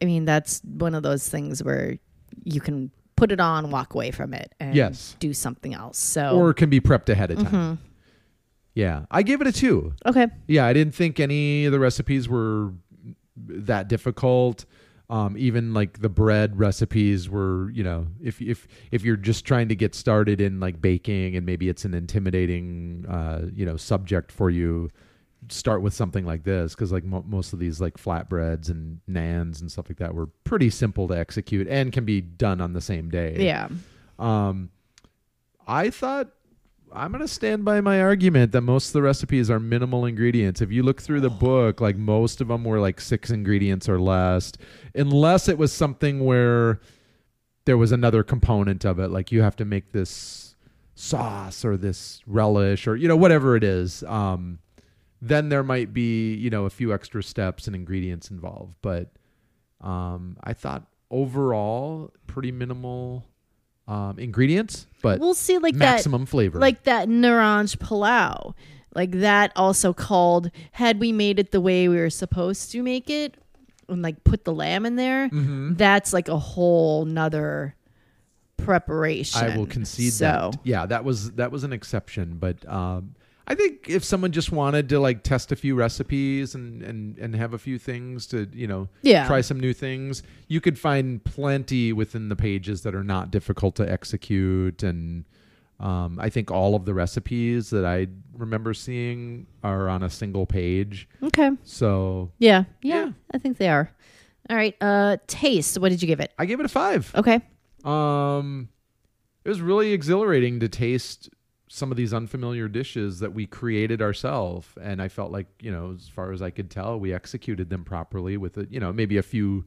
C: I mean, that's one of those things where you can put it on, walk away from it, and
A: Yes.
C: do something else. So,
A: or can be prepped ahead of time. Yeah, I give it a two.
C: okay.
A: Yeah, I didn't think any of the recipes were that difficult. Um, even like the bread recipes were, you know, if if if you're just trying to get started in like baking and maybe it's an intimidating, uh, you know, subject for you, start with something like this because like mo- most of these like flatbreads and nans and stuff like that were pretty simple to execute and can be done on the same day.
C: Yeah.
A: Um, I thought I'm gonna stand by my argument that most of the recipes are minimal ingredients. If you look through the book, like most of them were like six ingredients or less, unless it was something where there was another component of it, like you have to make this sauce or this relish or you know whatever it is. Um, then there might be you know a few extra steps and ingredients involved, but um, I thought overall pretty minimal um, ingredients, but
C: We'll see like that
A: maximum flavor.
C: like that Naranj Palau. Like that also called had we made it the way we were supposed to make it and like put the lamb in there,
A: Mm-hmm.
C: that's like a whole nother preparation.
A: I will concede
C: so,
A: that. Yeah, that was that was an exception, but um, I think if someone just wanted to like test a few recipes and and and have a few things to you know
C: Yeah.
A: try some new things, you could find plenty within the pages that are not difficult to execute and. Um, I think all of the recipes that I remember seeing are on a single page.
C: Okay.
A: So
C: Yeah, yeah.
A: Yeah.
C: I think they are. All right. Uh taste, what did you give it?
A: I gave it a five.
C: Okay.
A: Um, it was really exhilarating to taste some of these unfamiliar dishes that we created ourselves, and I felt like you know, as far as I could tell, we executed them properly with a, you know maybe a few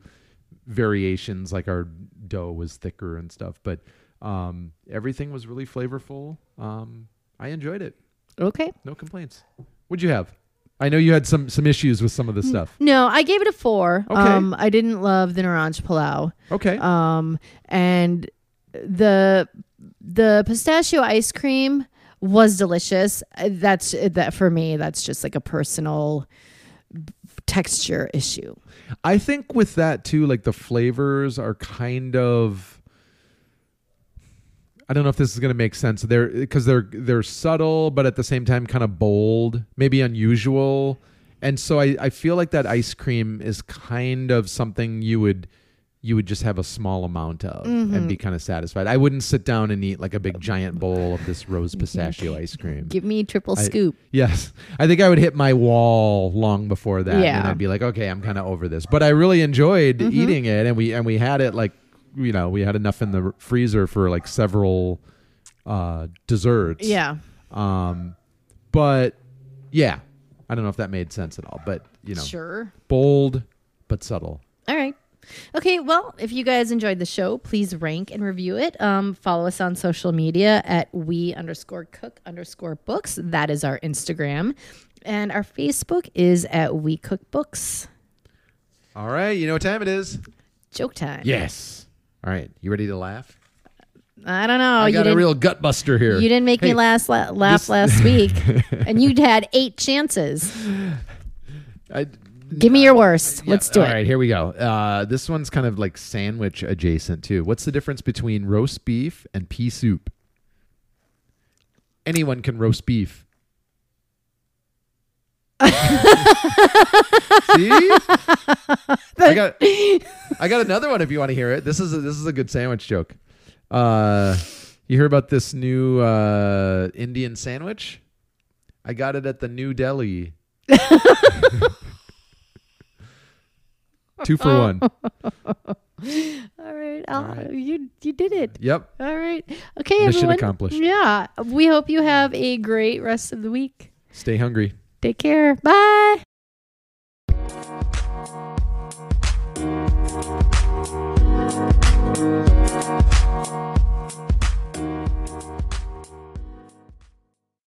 A: variations, like our dough was thicker and stuff, but um, everything was really flavorful. Um, I enjoyed it.
C: Okay.
A: No complaints. What'd you have? I know you had some some issues with some of this stuff.
C: No, I gave it a 4.
A: Okay.
C: Um I didn't love the Naranj Palau.
A: Okay.
C: um and the the pistachio ice cream was delicious Uh, that's that for me that's just like a personal b- texture issue
A: I think with that too, like the flavors are kind of. I don't know if this is going to make sense. They're because they're they're subtle, but at the same time, kind of bold, maybe unusual, and so I, I feel like that ice cream is kind of something you would you would just have a small amount of and be kind of satisfied. I wouldn't sit down and eat like a big giant bowl of this rose pistachio ice cream.
C: give me triple
A: I-
C: scoop
A: Yes. I think I would hit my wall long before that. And
C: Yeah. Mm-hmm.
A: I'd be like, okay, I'm kind of over this. But I really enjoyed eating it. And we, and we had it like, you know, we had enough in the r- freezer for like several uh, desserts.
C: yeah
A: Um, but yeah, I don't know if that made sense at all. But, you know,
C: sure
A: bold but subtle.
C: All right. Okay, well, if you guys enjoyed the show, please rank and review it. Um, follow us on social media at we underscore cook underscore books. That is our Instagram. And our Facebook is at we cook books.
A: All right. You know what time it is?
C: Joke time.
A: Yes. All right. You ready to laugh?
C: I don't know.
A: I
C: Oh, you,
A: got a
C: didn't,
A: real gut buster here.
C: you didn't make me
A: Hey,
C: last, la- laugh
A: this-
C: last week. and you'd had eight chances.
A: I,
C: Give me your worst. Let's do it.
A: All right, here we go. Uh, this one's kind of like sandwich adjacent too. What's the difference between roast beef and pea soup? Anyone can roast beef. See, I got, I got another one if you want to hear it. This is a, this is a good sandwich joke. Uh, you hear about this new uh, Indian sandwich? I got it at the New Delhi. Two for one.
C: All right. I'll,
A: All right.
C: You, you did it.
A: Yep.
C: All right. Okay,
A: Mission
C: everyone.
A: accomplished.
C: Yeah. We hope you have a great rest of the week.
A: Stay hungry.
C: Take care. Bye.